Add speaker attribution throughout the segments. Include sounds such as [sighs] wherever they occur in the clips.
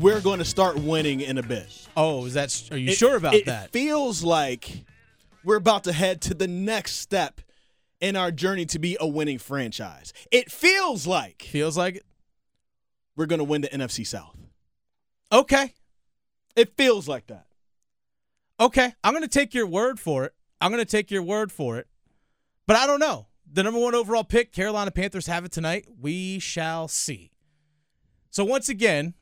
Speaker 1: we're going to start winning in a bit.
Speaker 2: Oh, is that? Are you sure about
Speaker 1: it
Speaker 2: that?
Speaker 1: feels like we're about to head to the next step in our journey to be a winning franchise. It feels like
Speaker 2: Feels like it.
Speaker 1: we're going to win the NFC South.
Speaker 2: Okay,
Speaker 1: It feels like that.
Speaker 2: okay. I'm gonna take your word for it. I'm gonna take your word for it. But I don't know. The number one overall pick, Carolina Panthers have it tonight. We shall see. So once again,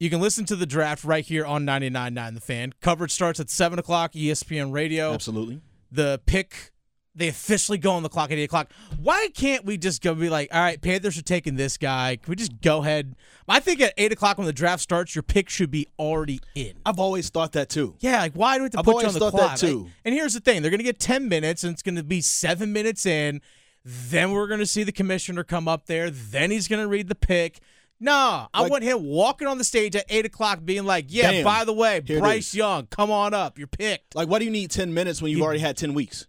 Speaker 2: you can listen to the draft right here on 99.9 The Fan. Coverage starts at seven o'clock, E ESPN Radio.
Speaker 1: Absolutely.
Speaker 2: the pick. They officially go on the clock at eight o'clock. Why can't we just go be like, all right, Panthers are taking this guy. Can we just go ahead? I think at eight o'clock when the draft starts, your pick should be already in.
Speaker 1: I've always thought that too.
Speaker 2: Yeah, like why do we have to
Speaker 1: I've
Speaker 2: put you on
Speaker 1: always
Speaker 2: the
Speaker 1: thought that
Speaker 2: clock?
Speaker 1: too.
Speaker 2: Like, and here's the thing: they're going to get ten minutes, and it's going to be seven minutes in. Then we're going to see the commissioner come up there. Then he's going to read the pick. Nah, I
Speaker 1: Like-
Speaker 2: want him walking on the stage at eight o'clock, being like, "Yeah,
Speaker 1: Bam.
Speaker 2: by the way,
Speaker 1: Here it
Speaker 2: Bryce
Speaker 1: is."
Speaker 2: Young, come on up. You're picked.
Speaker 1: Like, why do you need 10 minutes when you've
Speaker 2: You-
Speaker 1: already had 10 weeks?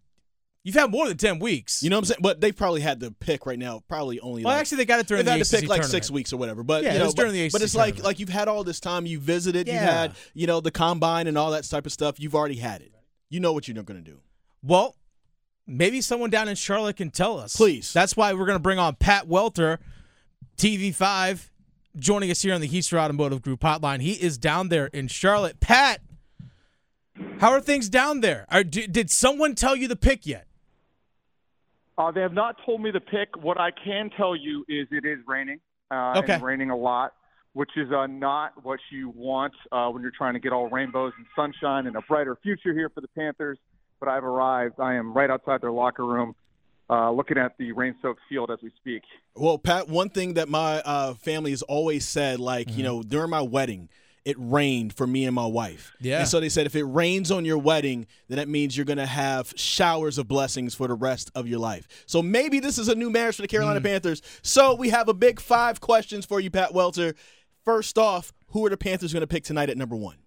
Speaker 2: You've had more than ten weeks.
Speaker 1: You know what I'm saying? But they probably had the pick right now, probably only
Speaker 2: well,
Speaker 1: like,
Speaker 2: actually, they got it during
Speaker 1: they've
Speaker 2: the
Speaker 1: had to
Speaker 2: ACC
Speaker 1: pick like
Speaker 2: tournament.
Speaker 1: six weeks or whatever. But
Speaker 2: Yeah,
Speaker 1: you
Speaker 2: it
Speaker 1: know,
Speaker 2: was
Speaker 1: but,
Speaker 2: during the
Speaker 1: but
Speaker 2: ACC
Speaker 1: it's like
Speaker 2: tournament.
Speaker 1: like you've had all this time. You visited. You
Speaker 2: Yeah.
Speaker 1: had you know the combine and all that type of stuff. You've already had it. You know what you're going to do.
Speaker 2: Well, maybe someone down in Charlotte can tell us.
Speaker 1: Please.
Speaker 2: That's why we're going to bring on Pat Welter, TV5, joining us here on the Heister Automotive Group hotline. He is down there in Charlotte. Pat, how are things down there? Are, d- did someone tell you the pick yet?
Speaker 3: Uh, they have not told me the pick. What I can tell you is it is raining. Uh,
Speaker 2: Okay.
Speaker 3: And raining a lot, which is uh, not what you want uh, when you're trying to get all rainbows and sunshine and a brighter future here for the Panthers. But I've arrived. I am right outside their locker room, uh, looking at the rain-soaked field as we speak.
Speaker 1: Well, Pat, one thing that my uh, family has always said, like you know, during my wedding, it rained for me and my wife.
Speaker 2: Yeah.
Speaker 1: And so they said, if it rains on your wedding, then that means you're going to have showers of blessings for the rest of your life. So maybe this is a new marriage for the Carolina Panthers. So we have a big five questions for you, Pat Welter. First off, who are the Panthers going to pick tonight at number one?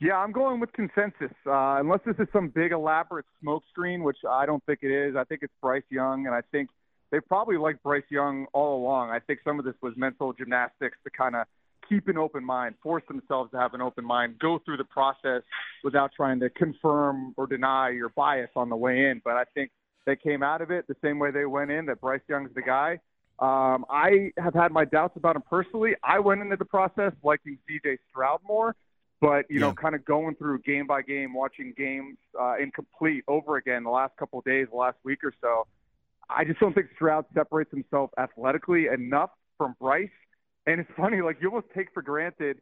Speaker 3: Yeah, I'm going with consensus. Uh, unless this is some big elaborate smokescreen, which I don't think it is. I think it's Bryce Young, and I think they probably liked Bryce Young all along. I think some of this was mental gymnastics to kind of keep an open mind, force themselves to have an open mind, go through the process without trying to confirm or deny your bias on the way in. But I think they came out of it the same way they went in. That Bryce Young's the guy. Um, I have had my doubts about him personally. I went into the process liking C.J. Stroud more. But you know,
Speaker 1: Yeah.
Speaker 3: kind of going through game by game, watching games uh, incomplete over again the last couple of days, the last week or so. I just don't think Stroud separates himself athletically enough from Bryce. And it's funny, like you almost take for granted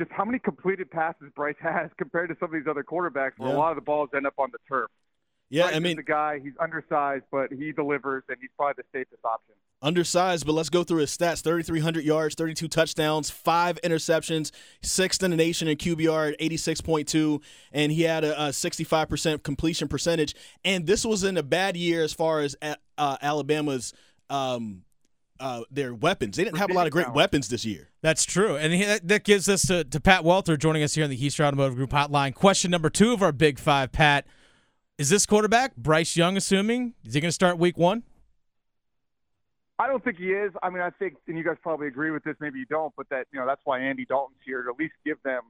Speaker 3: just how many completed passes Bryce [laughs] has compared to some of these other quarterbacks, where
Speaker 1: Yeah.
Speaker 3: a lot of the balls end up on the turf.
Speaker 1: Yeah,
Speaker 3: Bryce
Speaker 1: I
Speaker 3: is
Speaker 1: mean,
Speaker 3: the guy he's undersized, but he delivers, and he's probably the safest option.
Speaker 1: undersized, but let's go through his stats 3,300 yards, 32 touchdowns, five interceptions, sixth in the nation in QBR at 86.2, and he had a, a 65% completion percentage. And this was in a bad year as far as a- uh, Alabama's. Um, uh, their weapons. They didn't have a lot of great
Speaker 3: Receiving
Speaker 1: weapons this year.
Speaker 2: That's true. And he, that, that gives us to, to Pat Welter joining us here on the Heister Automotive Group hotline. Question number two of our Big Five, Pat. Is this quarterback, Bryce Young, assuming? Is he going to start week one?
Speaker 3: I don't think he is. I mean, I think, and you guys probably agree with this. Maybe you don't, but that you know that's why Andy Dalton's here to at least give them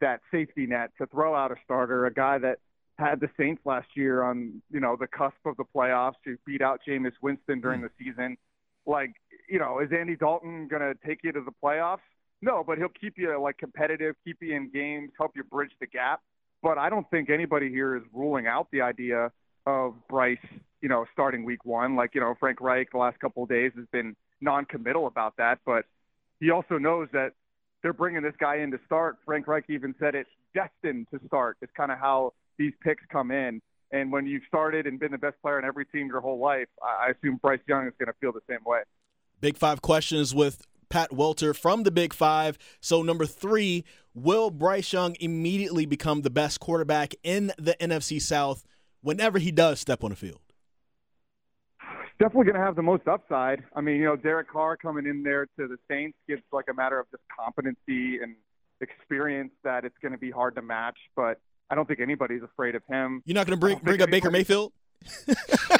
Speaker 3: that safety net to throw out a starter, a guy that had the Saints last year on you know the cusp of the playoffs, who beat out Jameis Winston during the season. Like, you know, is Andy Dalton gonna take you to the playoffs? No, but he'll keep you like competitive, keep you in games, help you bridge the gap. But I don't think anybody here is ruling out the idea of Bryce, you know, starting week one. Like, you know, Frank Reich the last couple of days has been non-committal about that, but he also knows that they're bringing this guy in to start. Frank Reich even said it's destined to start. It's kind of how these picks come in. And when you've started and been the best player on every team your whole life, I I assume Bryce Young is going to feel the same way.
Speaker 1: Big Five questions with Pat Welter from the Big Five. So, number three, will Bryce Young immediately become the best quarterback in the NFC South whenever he does step on the field?
Speaker 3: definitely going to have the most upside. I mean, you know, Derek Carr coming in there to the Saints gives like a matter of just competency and experience that it's going to be hard to match. But I don't think anybody's afraid of him.
Speaker 1: You're not going to bring
Speaker 3: I don't
Speaker 1: bring
Speaker 3: think
Speaker 1: up Baker
Speaker 3: anybody-
Speaker 1: Mayfield.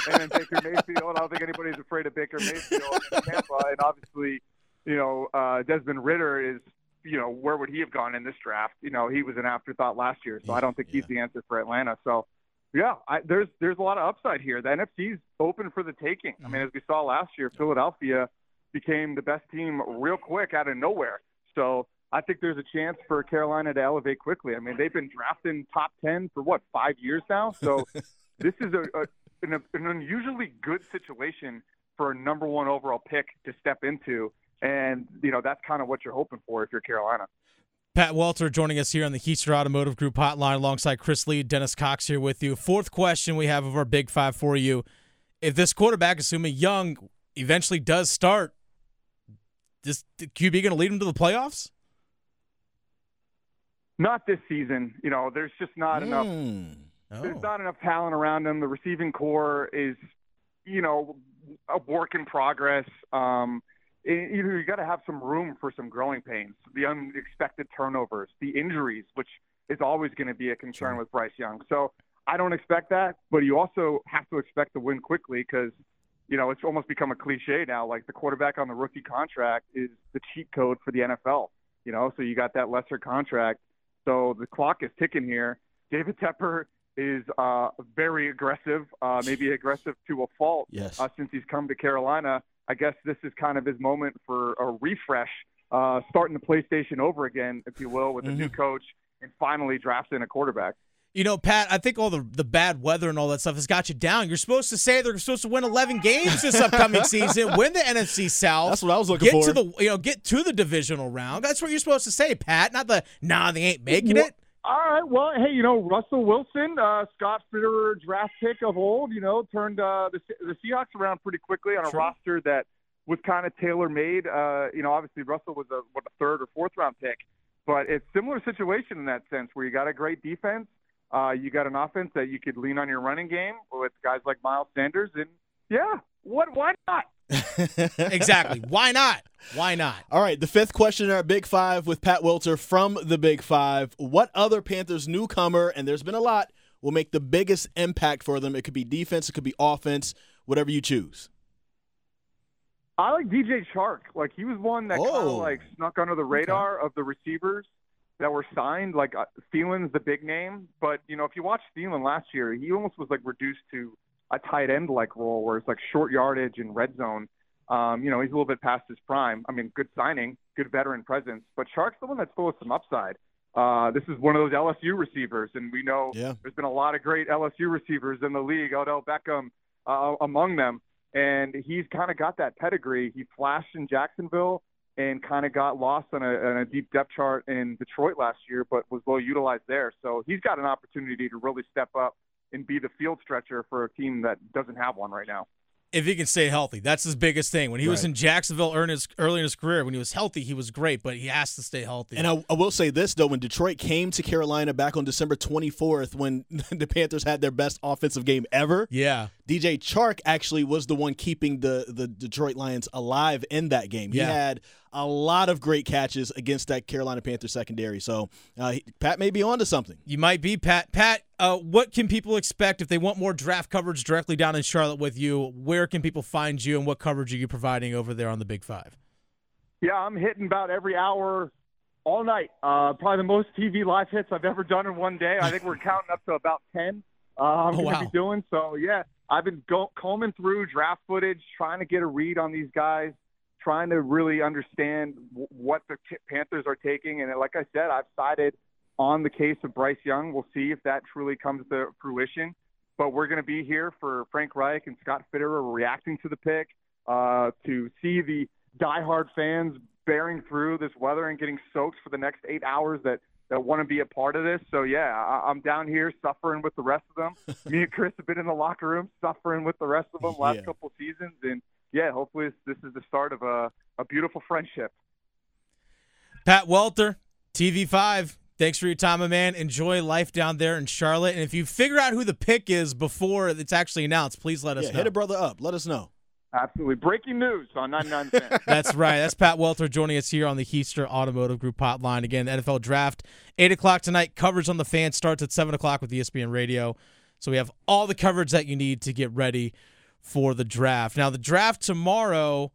Speaker 3: And then Baker Mayfield, I don't think anybody's afraid of Baker Mayfield in Tampa. And obviously, you know, uh, Desmond Ritter is you know, where would he have gone in this draft? You know, he was an afterthought last year, so I don't think
Speaker 1: Yeah.
Speaker 3: he's the answer for Atlanta. So, yeah, I, there's there's a lot of upside here. The NFC's open for the taking. I mean, as we saw last year, Philadelphia became the best team real quick out of nowhere. So I think there's a chance for Carolina to elevate quickly. I mean, they've been drafting top ten for what five years now. So this is a, a an, an unusually good situation for a number one overall pick to step into. And, you know, that's kind of what you're hoping for if you're Carolina.
Speaker 2: Pat Walter joining us here on the Heister Automotive Group hotline alongside Chris Lee, Dennis Cox here with you. Fourth question we have of our big five for you. If this quarterback, assuming Young eventually does start, is the QB going to lead him to the playoffs?
Speaker 3: Not this season. You know, there's just not enough.
Speaker 1: Mm.
Speaker 2: Oh.
Speaker 3: There's not enough talent around them. The receiving core is, you know, a work in progress. Um, it- you know, you got to have some room for some growing pains, the unexpected turnovers, the injuries, which is always going to be a concern with Bryce Young. So I don't expect that, but you also have to expect to win quickly because, you know, it's almost become a cliche now. Like the quarterback on the rookie contract is the cheat code for the NFL. You know, so you got that lesser contract. So the clock is ticking here. David Tepper is uh, very aggressive, uh, maybe aggressive to a fault
Speaker 1: Yes.
Speaker 3: uh, since he's come to Carolina. I guess this is kind of his moment for a refresh, uh, starting the PlayStation over again, if you will, with a new coach and finally drafting a quarterback.
Speaker 2: You know, Pat, I think all the the bad weather and all that stuff has got you down. You're supposed to say they're supposed to win 11 games
Speaker 1: [laughs]
Speaker 2: this upcoming season, win the NFC South.
Speaker 1: That's what I was looking
Speaker 2: get
Speaker 1: for.
Speaker 2: to
Speaker 1: [laughs]
Speaker 2: the you know get to the divisional round. That's what you're supposed to say, Pat. Not the nah, they ain't
Speaker 1: [laughs]
Speaker 2: making
Speaker 3: Wha-
Speaker 2: it.
Speaker 3: All right. Well, hey, you know Russell Wilson, uh, Scott Fitterer draft pick of old, you know, turned uh, the Se- the Seahawks around pretty quickly on a
Speaker 2: Sure.
Speaker 3: roster that was kind of tailor made. Uh, you know, obviously Russell was a what a third or fourth round pick, but it's similar situation in that sense where you got a great defense, uh, you got an offense that you could lean on your running game with guys like Miles Sanders, and yeah, what why not?
Speaker 2: Exactly. Why not? Why not?
Speaker 1: All right, the fifth question in our Big Five with Pat Welter from the Big Five. What other Panthers newcomer, and there's been a lot, will make the biggest impact for them? It could be defense, it could be offense, whatever you choose.
Speaker 3: I like DJ Chark. Like he was one that kind of
Speaker 1: Oh.
Speaker 3: like snuck under the radar of the receivers that were signed. Like uh, Thielen's the big name, but you know if you watch Thielen last year, he almost was like reduced to a tight end like role where it's like short yardage and red zone. Um, you know he's a little bit past his prime. I mean, good signing, good veteran presence, but Chark's the one that still has some upside. Uh, this is one of those LSU receivers, and we know
Speaker 1: Yeah.
Speaker 3: there's been a lot of great LSU receivers in the league, Odell Beckham uh, among them. And he's kind of got that pedigree. He flashed in Jacksonville and kind of got lost on a, on a deep depth chart in Detroit last year, but was well utilized there. So he's got an opportunity to really step up and be the field stretcher for a team that doesn't have one right now.
Speaker 2: If he can stay healthy, that's his biggest thing. When he was
Speaker 1: Right.
Speaker 2: in Jacksonville early in, his, early in his career, when he was healthy, he was great, but he has to stay healthy.
Speaker 1: And uh, I, I will say this, though, when Detroit came to Carolina back on December 24th, when [laughs] the Panthers had their best offensive game ever,
Speaker 2: yeah,
Speaker 1: DJ Chark actually was the one keeping the, the Detroit Lions alive in that game. He
Speaker 2: Yeah.
Speaker 1: had a lot of great catches against that Carolina Panther secondary. So uh, he- Pat may be onto something.
Speaker 2: you might be Pat. Pat, uh, what can people expect if they want more draft coverage directly down in Charlotte with you? Where can people find you, and what coverage are you providing over there on the Big Five?
Speaker 3: Yeah, I'm hitting about every hour all night. Uh, probably the most TV live hits I've ever done in one day. I
Speaker 2: [laughs]
Speaker 3: think we're counting up to about 10 uh, I'm
Speaker 2: Oh,
Speaker 3: going to
Speaker 2: wow.
Speaker 3: be doing. So, yeah, I've been go- combing through draft footage, trying to get a read on these guys, trying to really understand w- what the K- Panthers are taking. And like I said, I've sided on the case of Bryce Young. We'll see if that truly comes to fruition. But we're going to be here for Frank Reich and Scott Fitterer reacting to the pick, uh, to see the diehard fans bearing through this weather and getting soaked for the next eight hours that, that want to be a part of this. So, yeah, I, I'm down here suffering with the rest of them. Me and Chris have been in the locker room suffering with the rest of them last
Speaker 1: Yeah.
Speaker 3: couple seasons. And, yeah, hopefully this, this is the start of a, a beautiful friendship.
Speaker 2: Pat Welter, TV5. Thanks for your time, my man. Enjoy life down there in Charlotte. And if you figure out who the pick is before it's actually announced, please let us
Speaker 1: Yeah,
Speaker 2: know.
Speaker 1: hit a brother up. Let us know.
Speaker 3: Absolutely. Breaking news on 99 cents.
Speaker 2: That's right. That's Pat Welter joining us here on the Heister Automotive Group hotline. Again, NFL draft, 8 o'clock tonight. Coverage on the fan starts at 7 o'clock with E ESPN Radio. So we have all the coverage that you need to get ready for the draft. Now, the draft tomorrow,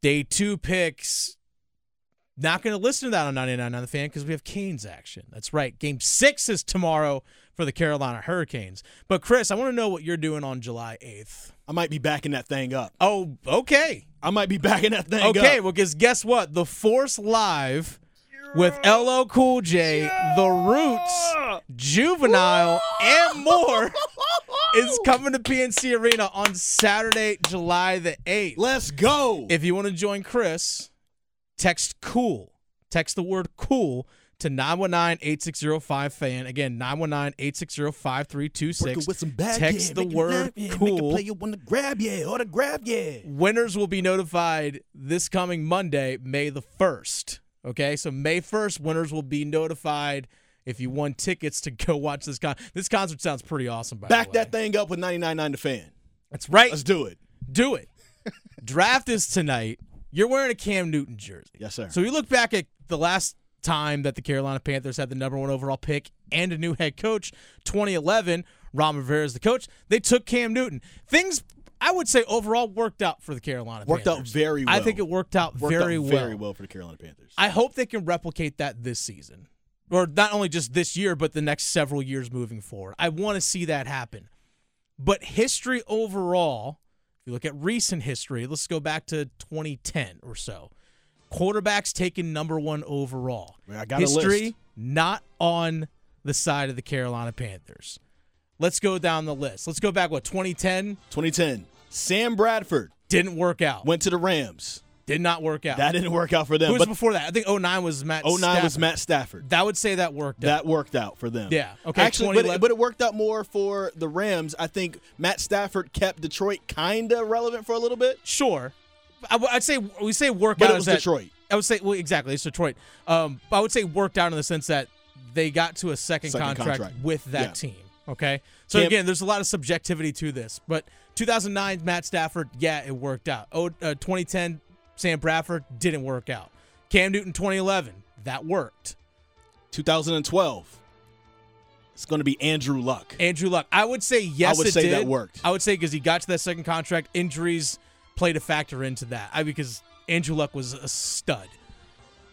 Speaker 2: day two picks. Not going to listen to that on 99 on the fan because we have Canes action. That's right. Game six is tomorrow for the Carolina Hurricanes. But, Chris, I want to know what you're doing on July 8th.
Speaker 1: I might be backing that thing up.
Speaker 2: Oh, okay.
Speaker 1: I might be [laughs] backing that thing up.
Speaker 2: Okay, well, because guess what? The Force Live with LL Cool J, The Roots, Juvenile,
Speaker 1: [laughs]
Speaker 2: and more is coming to PNC Arena on Saturday, July the 8th.
Speaker 1: Let's go.
Speaker 2: If you want to join Chris, text cool. Text the word cool to 919-8605-FAN. Again, 919-8605-326.
Speaker 1: Working with some bad
Speaker 2: Text
Speaker 1: yeah,
Speaker 2: the
Speaker 1: make it
Speaker 2: word
Speaker 1: laugh, yeah, Make
Speaker 2: cool.
Speaker 1: a player want to grab yeah or to grab yeah.
Speaker 2: Winners will be notified this coming Monday, May the 1st. Okay, so May 1st, winners will be notified if you won tickets to go watch this con. This concert sounds pretty awesome, by
Speaker 1: Back
Speaker 2: the way.
Speaker 1: that thing up with 99.9 the fan.
Speaker 2: That's right.
Speaker 1: Let's do it.
Speaker 2: do it. Draft is tonight. You're wearing a Cam Newton jersey.
Speaker 1: Yes, sir.
Speaker 2: So you look back at the last time that the Carolina Panthers had the number one overall pick and a new head coach, 2011. Ron Rivera is the coach. They took Cam Newton. Things I would say overall worked out for the Carolina.
Speaker 1: Worked out
Speaker 2: Panthers.
Speaker 1: very
Speaker 2: I
Speaker 1: well.
Speaker 2: think it worked out
Speaker 1: Worked
Speaker 2: very
Speaker 1: out
Speaker 2: well.
Speaker 1: very well for the Carolina Panthers.
Speaker 2: I hope they can replicate that this season, or not only just this year, but the next several years moving forward. I want to see that happen. But history overall, if you look at recent history, let's go back to 2010 or so. Quarterbacks taken number one overall.
Speaker 1: Well, I got a
Speaker 2: history
Speaker 1: list.
Speaker 2: not on the side of the Carolina Panthers. Let's go down the list. Let's go back. What 2010
Speaker 1: 2010, Sam Bradford
Speaker 2: didn't work out.
Speaker 1: went to the Rams.
Speaker 2: Did not work out.
Speaker 1: That didn't work out for them.
Speaker 2: Who was
Speaker 1: but
Speaker 2: before that? I think 09 was Matt.
Speaker 1: 09 was
Speaker 2: Stafford.
Speaker 1: Matt Stafford.
Speaker 2: That would say that worked out.
Speaker 1: That worked out for them.
Speaker 2: Yeah. Okay,
Speaker 1: Actually, but it,
Speaker 2: 2011.
Speaker 1: but it worked out more for the Rams. I think Matt Stafford kept Detroit kind of relevant for a little bit,
Speaker 2: Sure. I, would say we say work
Speaker 1: but it
Speaker 2: out
Speaker 1: was
Speaker 2: is that-
Speaker 1: Detroit.
Speaker 2: I would say well, exactly it's Detroit. Um, but I would say worked out in the sense that they got to a second,
Speaker 1: Second
Speaker 2: contract,
Speaker 1: contract.
Speaker 2: with that
Speaker 1: Yeah.
Speaker 2: team. Okay. So
Speaker 1: Cam-
Speaker 2: again, there's a lot of subjectivity to this, but 2009 Matt Stafford, yeah, it worked out. Oh, uh, 2010 Sam Bradford didn't work out. Cam Newton 2011 that worked.
Speaker 1: 2012. It's going to be Andrew Luck.
Speaker 2: Andrew Luck, I would say yes.
Speaker 1: would
Speaker 2: it
Speaker 1: say that
Speaker 2: did.
Speaker 1: worked.
Speaker 2: I would say because he got to that second contract, injuries played a factor into that. I because Andrew Luck was a stud.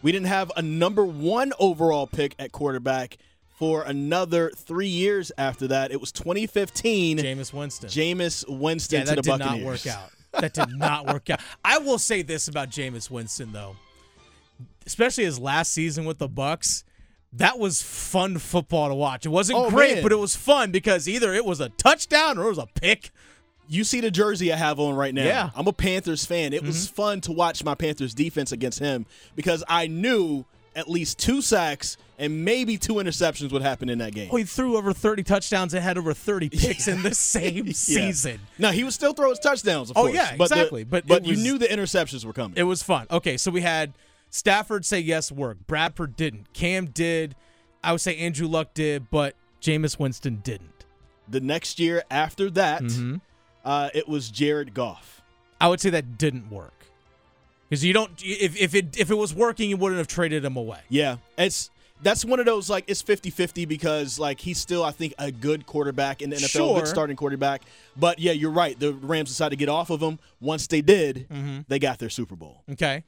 Speaker 1: We didn't have a number one overall pick at quarterback for another three years after that. It was 2015.
Speaker 2: Jameis Winston.
Speaker 1: Jameis Winston
Speaker 2: yeah,
Speaker 1: to
Speaker 2: that
Speaker 1: the
Speaker 2: did
Speaker 1: Buccaneers.
Speaker 2: not work out. That did not work out. I will say this about Jameis Winston though, especially his last season with the Bucks. That was fun football to watch. It wasn't
Speaker 1: Oh,
Speaker 2: great,
Speaker 1: man.
Speaker 2: but it was fun because either it was a touchdown or it was a pick.
Speaker 1: You see the jersey I have on right now.
Speaker 2: Yeah. Mm-hmm.
Speaker 1: I'm a Panthers fan. It was fun to watch my Panthers defense against him because I knew at least two sacks and maybe two interceptions would happen in that game.
Speaker 2: Oh, he threw over 30 touchdowns and had over [laughs] 30 picks in the same [laughs]
Speaker 1: Yeah.
Speaker 2: season.
Speaker 1: No, he would still throw his touchdowns, of
Speaker 2: Oh,
Speaker 1: course.
Speaker 2: yeah,
Speaker 1: but the-
Speaker 2: exactly, but it
Speaker 1: you
Speaker 2: was-
Speaker 1: knew the interceptions were coming.
Speaker 2: It was fun. Okay, so we had Stafford say yes work. Bradford didn't. Cam did. I would say Andrew Luck did, but Jameis Winston didn't.
Speaker 1: the next year after that,
Speaker 2: Mm-hmm.
Speaker 1: uh, it was Jared Goff.
Speaker 2: I would say that didn't work. Because you don't if, if it if it was working, you wouldn't have traded him away.
Speaker 1: Yeah, it's that's one of those like it's 50-50 because like he's still I think a good quarterback in the NFL,
Speaker 2: Sure.
Speaker 1: good starting quarterback. But yeah, you're right. The Rams decided to get off of him. Once they did,
Speaker 2: Mm-hmm.
Speaker 1: they got their Super Bowl.
Speaker 2: Okay.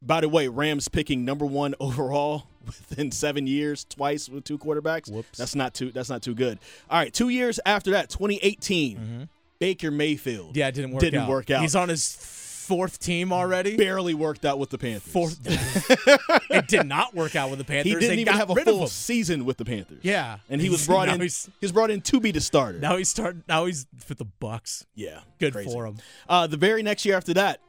Speaker 1: By the way, Rams picking number one [laughs] overall within seven years twice with two quarterbacks.
Speaker 2: Whoops.
Speaker 1: That's not too. That's not too good. All right, two years after that, 2018, Baker Mayfield.
Speaker 2: Mm-hmm. Yeah, it didn't work
Speaker 1: Didn't
Speaker 2: out.
Speaker 1: work out.
Speaker 2: He's on his fourth team
Speaker 1: [laughs]
Speaker 2: already.
Speaker 1: barely worked out with the Panthers. [laughs]
Speaker 2: [laughs] Fourth It did not work out with the Panthers.
Speaker 1: He didn't
Speaker 2: they
Speaker 1: even
Speaker 2: got
Speaker 1: have a
Speaker 2: rid of
Speaker 1: full
Speaker 2: him.
Speaker 1: season with the Panthers.
Speaker 2: Yeah.
Speaker 1: and he
Speaker 2: [laughs]
Speaker 1: was brought
Speaker 2: Now
Speaker 1: in.
Speaker 2: he's-
Speaker 1: He was brought in to be the starter.
Speaker 2: Now he's starting now he's with the Bucks.
Speaker 1: yeah,
Speaker 2: Good
Speaker 1: crazy.
Speaker 2: for him.
Speaker 1: Uh, the very next year after that,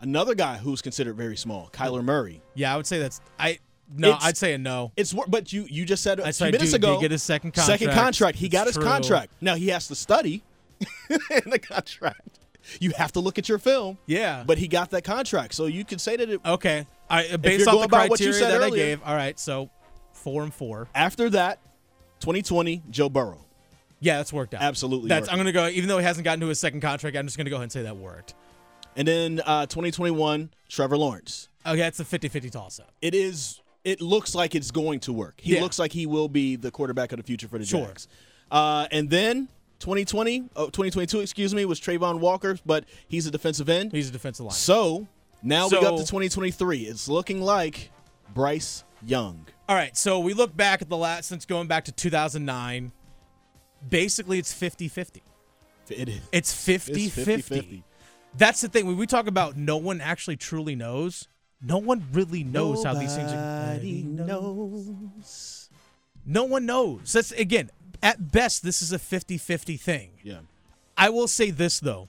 Speaker 1: another guy who's considered very small, Kyler Murray.
Speaker 2: Yeah, I would say that's I no,
Speaker 1: It's-
Speaker 2: I'd say a no.
Speaker 1: It's wor- but you you just said a
Speaker 2: I
Speaker 1: few
Speaker 2: said,
Speaker 1: minutes
Speaker 2: dude,
Speaker 1: ago
Speaker 2: did get his second
Speaker 1: Second
Speaker 2: contract.
Speaker 1: contract. He got his
Speaker 2: It's true.
Speaker 1: contract. Now he has to study [laughs] in the contract. You have to look at your film.
Speaker 2: Yeah.
Speaker 1: but he got that contract, so you could say that it,
Speaker 2: Okay. I based
Speaker 1: you're
Speaker 2: off
Speaker 1: going
Speaker 2: the
Speaker 1: by what you
Speaker 2: criteria
Speaker 1: said
Speaker 2: that I
Speaker 1: earlier.
Speaker 2: gave. All right, so four and four.
Speaker 1: after that, 2020, Joe Burrow.
Speaker 2: Yeah, that's worked out.
Speaker 1: Absolutely
Speaker 2: That's
Speaker 1: worked
Speaker 2: I'm gonna go even though he hasn't gotten to his second contract, I'm just gonna go ahead and say that worked.
Speaker 1: And then uh, 2021, Trevor Lawrence.
Speaker 2: Okay, that's a 50-50 toss up.
Speaker 1: It is. It looks like it's going to work. He
Speaker 2: Yeah.
Speaker 1: looks like he will be the quarterback of the future for the
Speaker 2: Sure.
Speaker 1: Jags. Uh, and then 2020, oh, 2022, excuse me, was Trayvon Walker, but he's a defensive end.
Speaker 2: He's a defensive lineman.
Speaker 1: so Now we
Speaker 2: So-
Speaker 1: got to 2023. It's looking like Bryce Young.
Speaker 2: All right, so we look back at the last since going back to 2009. Basically, it's 50 50.
Speaker 1: It is.
Speaker 2: It's 50 50.
Speaker 1: 50-50.
Speaker 2: That's the thing. When we talk about no one actually truly knows, no one really knows how these things are.
Speaker 1: Nobody knows.
Speaker 2: No one knows. That's, again, at best, this is a 50 50 thing.
Speaker 1: Yeah.
Speaker 2: I will say this, though.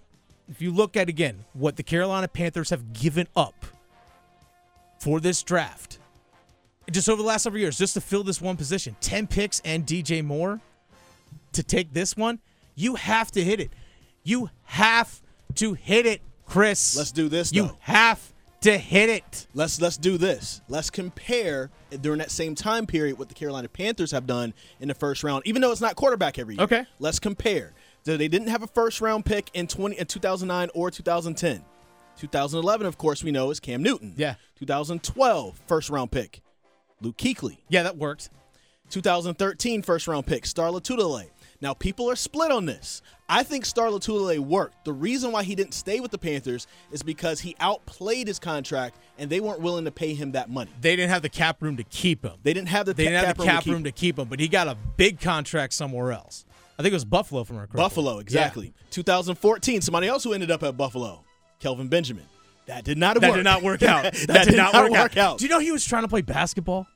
Speaker 2: If you look at, again, what the Carolina Panthers have given up for this draft, just over the last several years, just to fill this one position 10 picks and DJ Moore to take this one, you have to hit it. You have to hit it, Chris.
Speaker 1: Let's do this,
Speaker 2: You
Speaker 1: though.
Speaker 2: have to hit it.
Speaker 1: Let's let's do this. Let's compare during that same time period what the Carolina Panthers have done in the first round, even though it's not quarterback every year.
Speaker 2: Okay.
Speaker 1: Let's compare. So they didn't have a first round pick in 20 in 2009 or 2010. 2011, of course, we know is Cam Newton.
Speaker 2: Yeah.
Speaker 1: 2012 first round pick, Luke Kuechly.
Speaker 2: Yeah, that worked.
Speaker 1: 2013 first round pick, Star Latulele. Now, people are split on this. I think Star Latulele worked. The reason why he didn't stay with the Panthers is because he outplayed his contract and they weren't willing to pay him that money.
Speaker 2: They didn't have the cap room to keep him.
Speaker 1: They didn't have the
Speaker 2: They didn't
Speaker 1: cap
Speaker 2: have the
Speaker 1: room to
Speaker 2: cap
Speaker 1: keep
Speaker 2: room
Speaker 1: him.
Speaker 2: to keep him, but he got a big contract somewhere else. I think it was Buffalo from our
Speaker 1: Buffalo, exactly. 2014, somebody else who ended up at Buffalo, Kelvin Benjamin. That did not
Speaker 2: That
Speaker 1: work.
Speaker 2: did not
Speaker 1: [laughs]
Speaker 2: work out.
Speaker 1: that, did, not, work, out.
Speaker 2: Do you know he was trying to play basketball?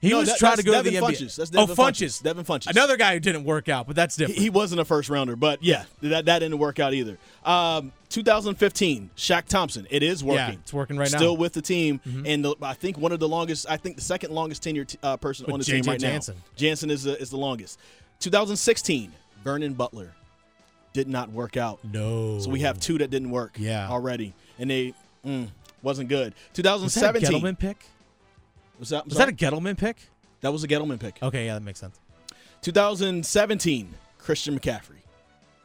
Speaker 2: He
Speaker 1: No,
Speaker 2: was
Speaker 1: that-
Speaker 2: trying to
Speaker 1: that's
Speaker 2: go
Speaker 1: Devin
Speaker 2: to the NBA.
Speaker 1: Funchess. That's
Speaker 2: oh,
Speaker 1: Devin
Speaker 2: Funches.
Speaker 1: Funchess. Devin Funchess.
Speaker 2: Another guy who didn't work out, but that's different.
Speaker 1: He wasn't a first rounder, but yeah, that, that didn't work out either. Um, 2015, Shaq Thompson. It is working.
Speaker 2: Yeah, it's working right
Speaker 1: Still
Speaker 2: now. Mm-hmm.
Speaker 1: Still with the team, and the, I think one of the longest. I think the second longest tenured uh, person
Speaker 2: With
Speaker 1: on the
Speaker 2: J.J.
Speaker 1: team right
Speaker 2: Jansen.
Speaker 1: now. Jansen is the, is the longest. 2016, Vernon Butler did not work out.
Speaker 2: no.
Speaker 1: So we have two that didn't work.
Speaker 2: Yeah.
Speaker 1: already, and they mm, wasn't good.
Speaker 2: was that a
Speaker 1: 2017
Speaker 2: Gettleman pick?
Speaker 1: was that,
Speaker 2: Was that a Oh. Gettleman pick?
Speaker 1: that was a Gettleman pick.
Speaker 2: Okay, yeah, that makes sense.
Speaker 1: 2017, Christian McCaffrey.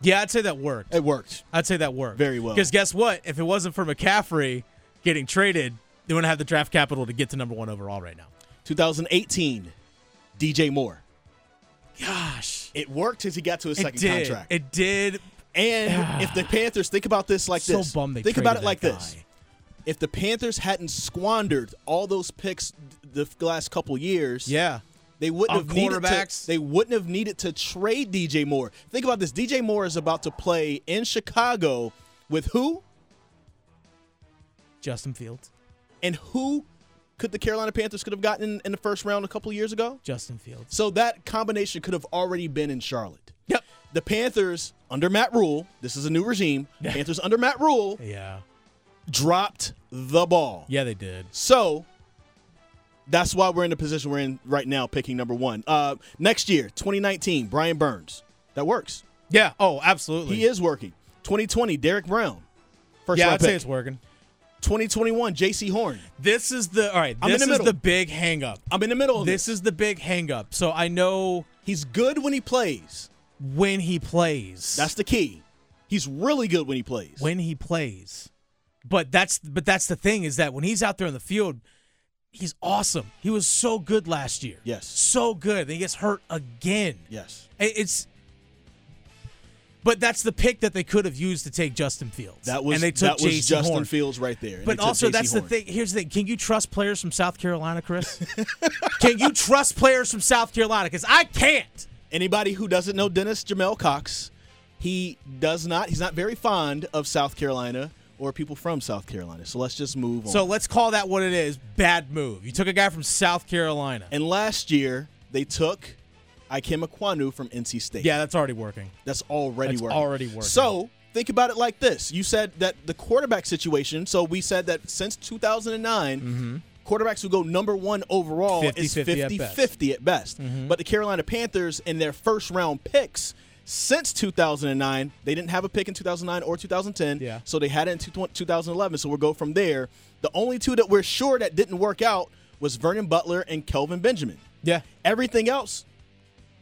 Speaker 2: Yeah, I'd say that worked.
Speaker 1: It worked.
Speaker 2: I'd say that worked
Speaker 1: Eh, Very well.
Speaker 2: Because guess what? If it wasn't for McCaffrey getting traded, they wouldn't have the draft capital to get to number one overall right now.
Speaker 1: 2018, DJ Moore.
Speaker 2: Gosh,
Speaker 1: It worked as he got to his
Speaker 2: it
Speaker 1: second
Speaker 2: did.
Speaker 1: contract.
Speaker 2: It did. [sighs]
Speaker 1: and if the Panthers think about this like
Speaker 2: so
Speaker 1: this,
Speaker 2: bummed they
Speaker 1: think about
Speaker 2: traded
Speaker 1: it like
Speaker 2: that
Speaker 1: this:
Speaker 2: guy.
Speaker 1: if the Panthers hadn't squandered all those picks th- the last couple years,
Speaker 2: Yeah.
Speaker 1: they wouldn't
Speaker 2: On
Speaker 1: have needed
Speaker 2: quarterbacks.
Speaker 1: to, they wouldn't have needed to trade DJ Moore. Think about this: DJ Moore is about to play in Chicago with who
Speaker 2: Justin Fields.
Speaker 1: and who could the Carolina Panthers could have gotten in, in the first round a couple years ago?
Speaker 2: Justin Fields.
Speaker 1: So that combination could have already been in Charlotte.
Speaker 2: Yep.
Speaker 1: the Panthers under Matt Rule, this is a new
Speaker 2: [laughs]
Speaker 1: regime. Panthers under Matt Rule
Speaker 2: Yeah.
Speaker 1: dropped the ball.
Speaker 2: Yeah, they did.
Speaker 1: So that's why we're in the position we're in right now, picking number one. Uh, next year, 2019, Brian Burns. That works.
Speaker 2: Yeah. Oh, absolutely.
Speaker 1: He is working. 2020, Derek Brown. First
Speaker 2: Yeah,
Speaker 1: round
Speaker 2: I'd say
Speaker 1: pick.
Speaker 2: it's working.
Speaker 1: 2021, J.C. Horn.
Speaker 2: This is the all right. This
Speaker 1: I'm in the
Speaker 2: is
Speaker 1: middle.
Speaker 2: the big hang up.
Speaker 1: I'm in the middle of this.
Speaker 2: This is the big hang up. So I know
Speaker 1: He's good when he plays.
Speaker 2: when he plays.
Speaker 1: That's the key. He's really good when he plays.
Speaker 2: when he plays. But that's but that's the thing is that when he's out there on the field, he's awesome. He was so good last year.
Speaker 1: Yes.
Speaker 2: So good. Then he gets hurt again.
Speaker 1: yes.
Speaker 2: It- It's but that's the pick that they could have used to take Justin Fields.
Speaker 1: That was,
Speaker 2: and they took
Speaker 1: that was
Speaker 2: J.C.
Speaker 1: Justin
Speaker 2: Horn.
Speaker 1: Fields right there. and
Speaker 2: But
Speaker 1: they took
Speaker 2: also,
Speaker 1: J.C.
Speaker 2: that's the
Speaker 1: Horn.
Speaker 2: thing. Here's the thing: Can you trust players from South Carolina, Chris? [laughs] Can you trust players from South Carolina? Because I can't.
Speaker 1: anybody who doesn't know Dennis Jamel Cox, he does not. He's not very fond of South Carolina or people from South Carolina. So let's just move on.
Speaker 2: So let's call that what it is: bad move. You took a guy from South Carolina.
Speaker 1: and last year they took Ikem Aquanu from NC State.
Speaker 2: Yeah, that's already working.
Speaker 1: that's already
Speaker 2: That's
Speaker 1: working.
Speaker 2: already working.
Speaker 1: So think about it like this: you said that the quarterback situation. So we said that since 2009. Quarterbacks who go number one overall
Speaker 2: 50-50
Speaker 1: is
Speaker 2: Mm-hmm.
Speaker 1: 50
Speaker 2: at
Speaker 1: 50 at
Speaker 2: best. Mm-hmm.
Speaker 1: best. But the Carolina Panthers, in their first round picks since 2009, they didn't have a pick in 2009 or 2010.
Speaker 2: Yeah.
Speaker 1: So they had it in two- 2011. So we'll go from there. The only two that we're sure that didn't work out was Vernon Butler and Kelvin Benjamin.
Speaker 2: Yeah,
Speaker 1: Everything else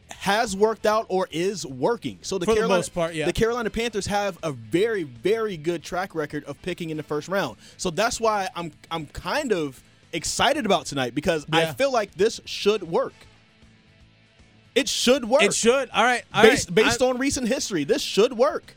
Speaker 1: has worked out or is working. So the
Speaker 2: For the
Speaker 1: Carolina,
Speaker 2: most part, yeah.
Speaker 1: the Carolina Panthers have a very, very good track record of picking in the first round. So that's why I'm I'm kind of excited about tonight because I
Speaker 2: Yeah.
Speaker 1: feel like this should work. It should work.
Speaker 2: it should. All right, all
Speaker 1: based
Speaker 2: right.
Speaker 1: based
Speaker 2: I,
Speaker 1: on recent history, this should work.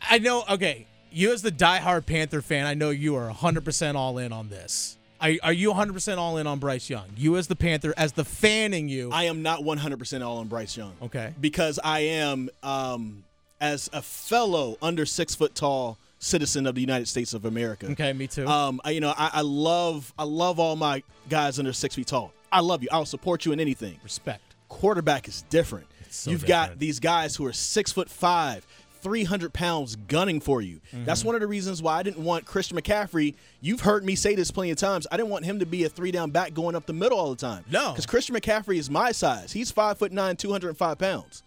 Speaker 2: I know. Okay, you as the diehard Panther fan, I know you are 100% all in on this. Are, are you 100% all in on Bryce Young? You as the Panther, as the fan in you.
Speaker 1: I am not 100% all on Bryce Young.
Speaker 2: okay.
Speaker 1: because I am, um, as a fellow under six foot tall citizen of the United States of America.
Speaker 2: Okay, me too.
Speaker 1: Um, I, you know, I, I love, I love all my guys under six feet tall. I love you. I'll support you in anything.
Speaker 2: Respect.
Speaker 1: Quarterback is different.
Speaker 2: so
Speaker 1: You've got
Speaker 2: different.
Speaker 1: these guys who are six foot five. 300 pounds gunning for you.
Speaker 2: Mm-hmm.
Speaker 1: That's one of the reasons why I didn't want Christian McCaffrey. You've heard me say this plenty of times. I didn't want him to be a three down back going up the middle all the time.
Speaker 2: No.
Speaker 1: Because Christian McCaffrey is my size. He's five foot nine, 205 pounds.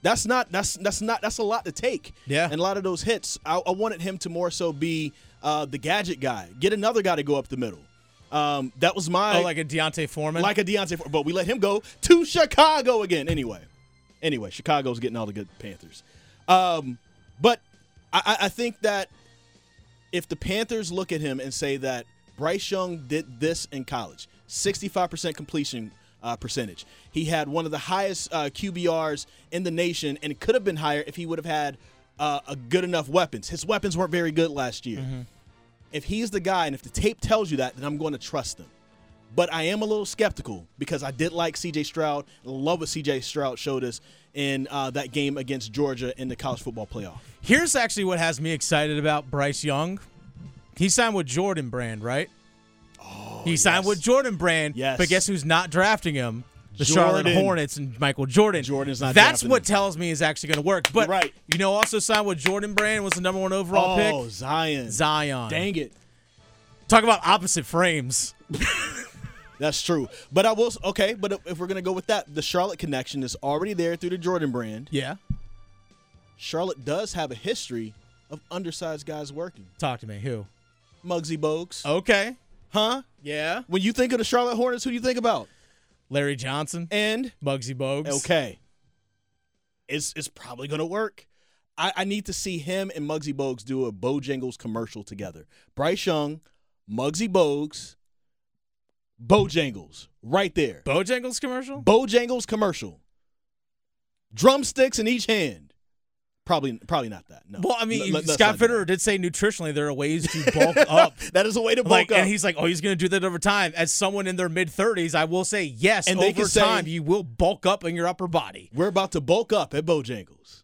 Speaker 1: That's not that's that's not that's a lot to take.
Speaker 2: Yeah.
Speaker 1: And a lot of those hits, I, I wanted him to more so be uh, the gadget guy. Get another guy to go up the middle. Um, that was my
Speaker 2: Oh, like a Deontay Foreman?
Speaker 1: like a Deontay, but we let him go to Chicago again. Anyway, anyway, Chicago's getting all the good Panthers. Um, but I, I- I think that if the Panthers look at him and say that Bryce Young did this in college, 65% completion uh, percentage, he had one of the highest uh, QBRs in the nation, and it could have been higher if he would have had uh, a good enough weapons. His weapons weren't very good last year. If he's the guy, and if the tape tells you that, then I'm going to trust him. But I am a little skeptical because I did like CJ Stroud. Love what CJ Stroud showed us in uh, that game against Georgia in the college football playoff.
Speaker 2: Here's actually what has me excited about Bryce Young. He signed with Jordan Brand, right? Oh, he signed
Speaker 1: yes.
Speaker 2: with Jordan Brand.
Speaker 1: Yes.
Speaker 2: But guess who's not drafting him? The Charlotte
Speaker 1: Jordan.
Speaker 2: Hornets and Michael Jordan.
Speaker 1: Jordan's not
Speaker 2: That's
Speaker 1: drafting
Speaker 2: what
Speaker 1: him.
Speaker 2: tells me is actually going to work. But
Speaker 1: You're right.
Speaker 2: you know, also signed with Jordan Brand was the number one overall
Speaker 1: oh,
Speaker 2: pick.
Speaker 1: Zion.
Speaker 2: Zion.
Speaker 1: Dang it.
Speaker 2: Talk about opposite frames.
Speaker 1: That's true. But I will, s- okay, but if we're going to go with that, the Charlotte connection is already there through the Jordan brand.
Speaker 2: Yeah.
Speaker 1: Charlotte does have a history of undersized guys working.
Speaker 2: Talk to me. Who?
Speaker 1: Muggsy Bogues.
Speaker 2: Okay.
Speaker 1: Huh?
Speaker 2: Yeah.
Speaker 1: When you think of the Charlotte Hornets, who do you think about?
Speaker 2: Larry Johnson.
Speaker 1: And
Speaker 2: Bugsy Bogues.
Speaker 1: okay. It's it's probably gonna work. I, I need to see him and Muggsy Bogues do a Bojangles commercial together. Bryce Young, Muggsy Bogues, Bojangles, right there.
Speaker 2: Bojangles commercial?
Speaker 1: Bojangles commercial. Drumsticks in each hand. Probably probably not that. No.
Speaker 2: Well, I mean,
Speaker 1: Let- let- let's
Speaker 2: Scott
Speaker 1: not do
Speaker 2: Fitterer
Speaker 1: that.
Speaker 2: did say nutritionally there are ways
Speaker 1: [laughs]
Speaker 2: to bulk up.
Speaker 1: that is a way to bulk
Speaker 2: Like,
Speaker 1: up.
Speaker 2: and he's like, oh, he's going to do that over time. As someone in their mid 30s, I will say, yes,
Speaker 1: And they
Speaker 2: over
Speaker 1: can say-
Speaker 2: time, you will bulk up in your upper body.
Speaker 1: We're about to bulk up at Bojangles.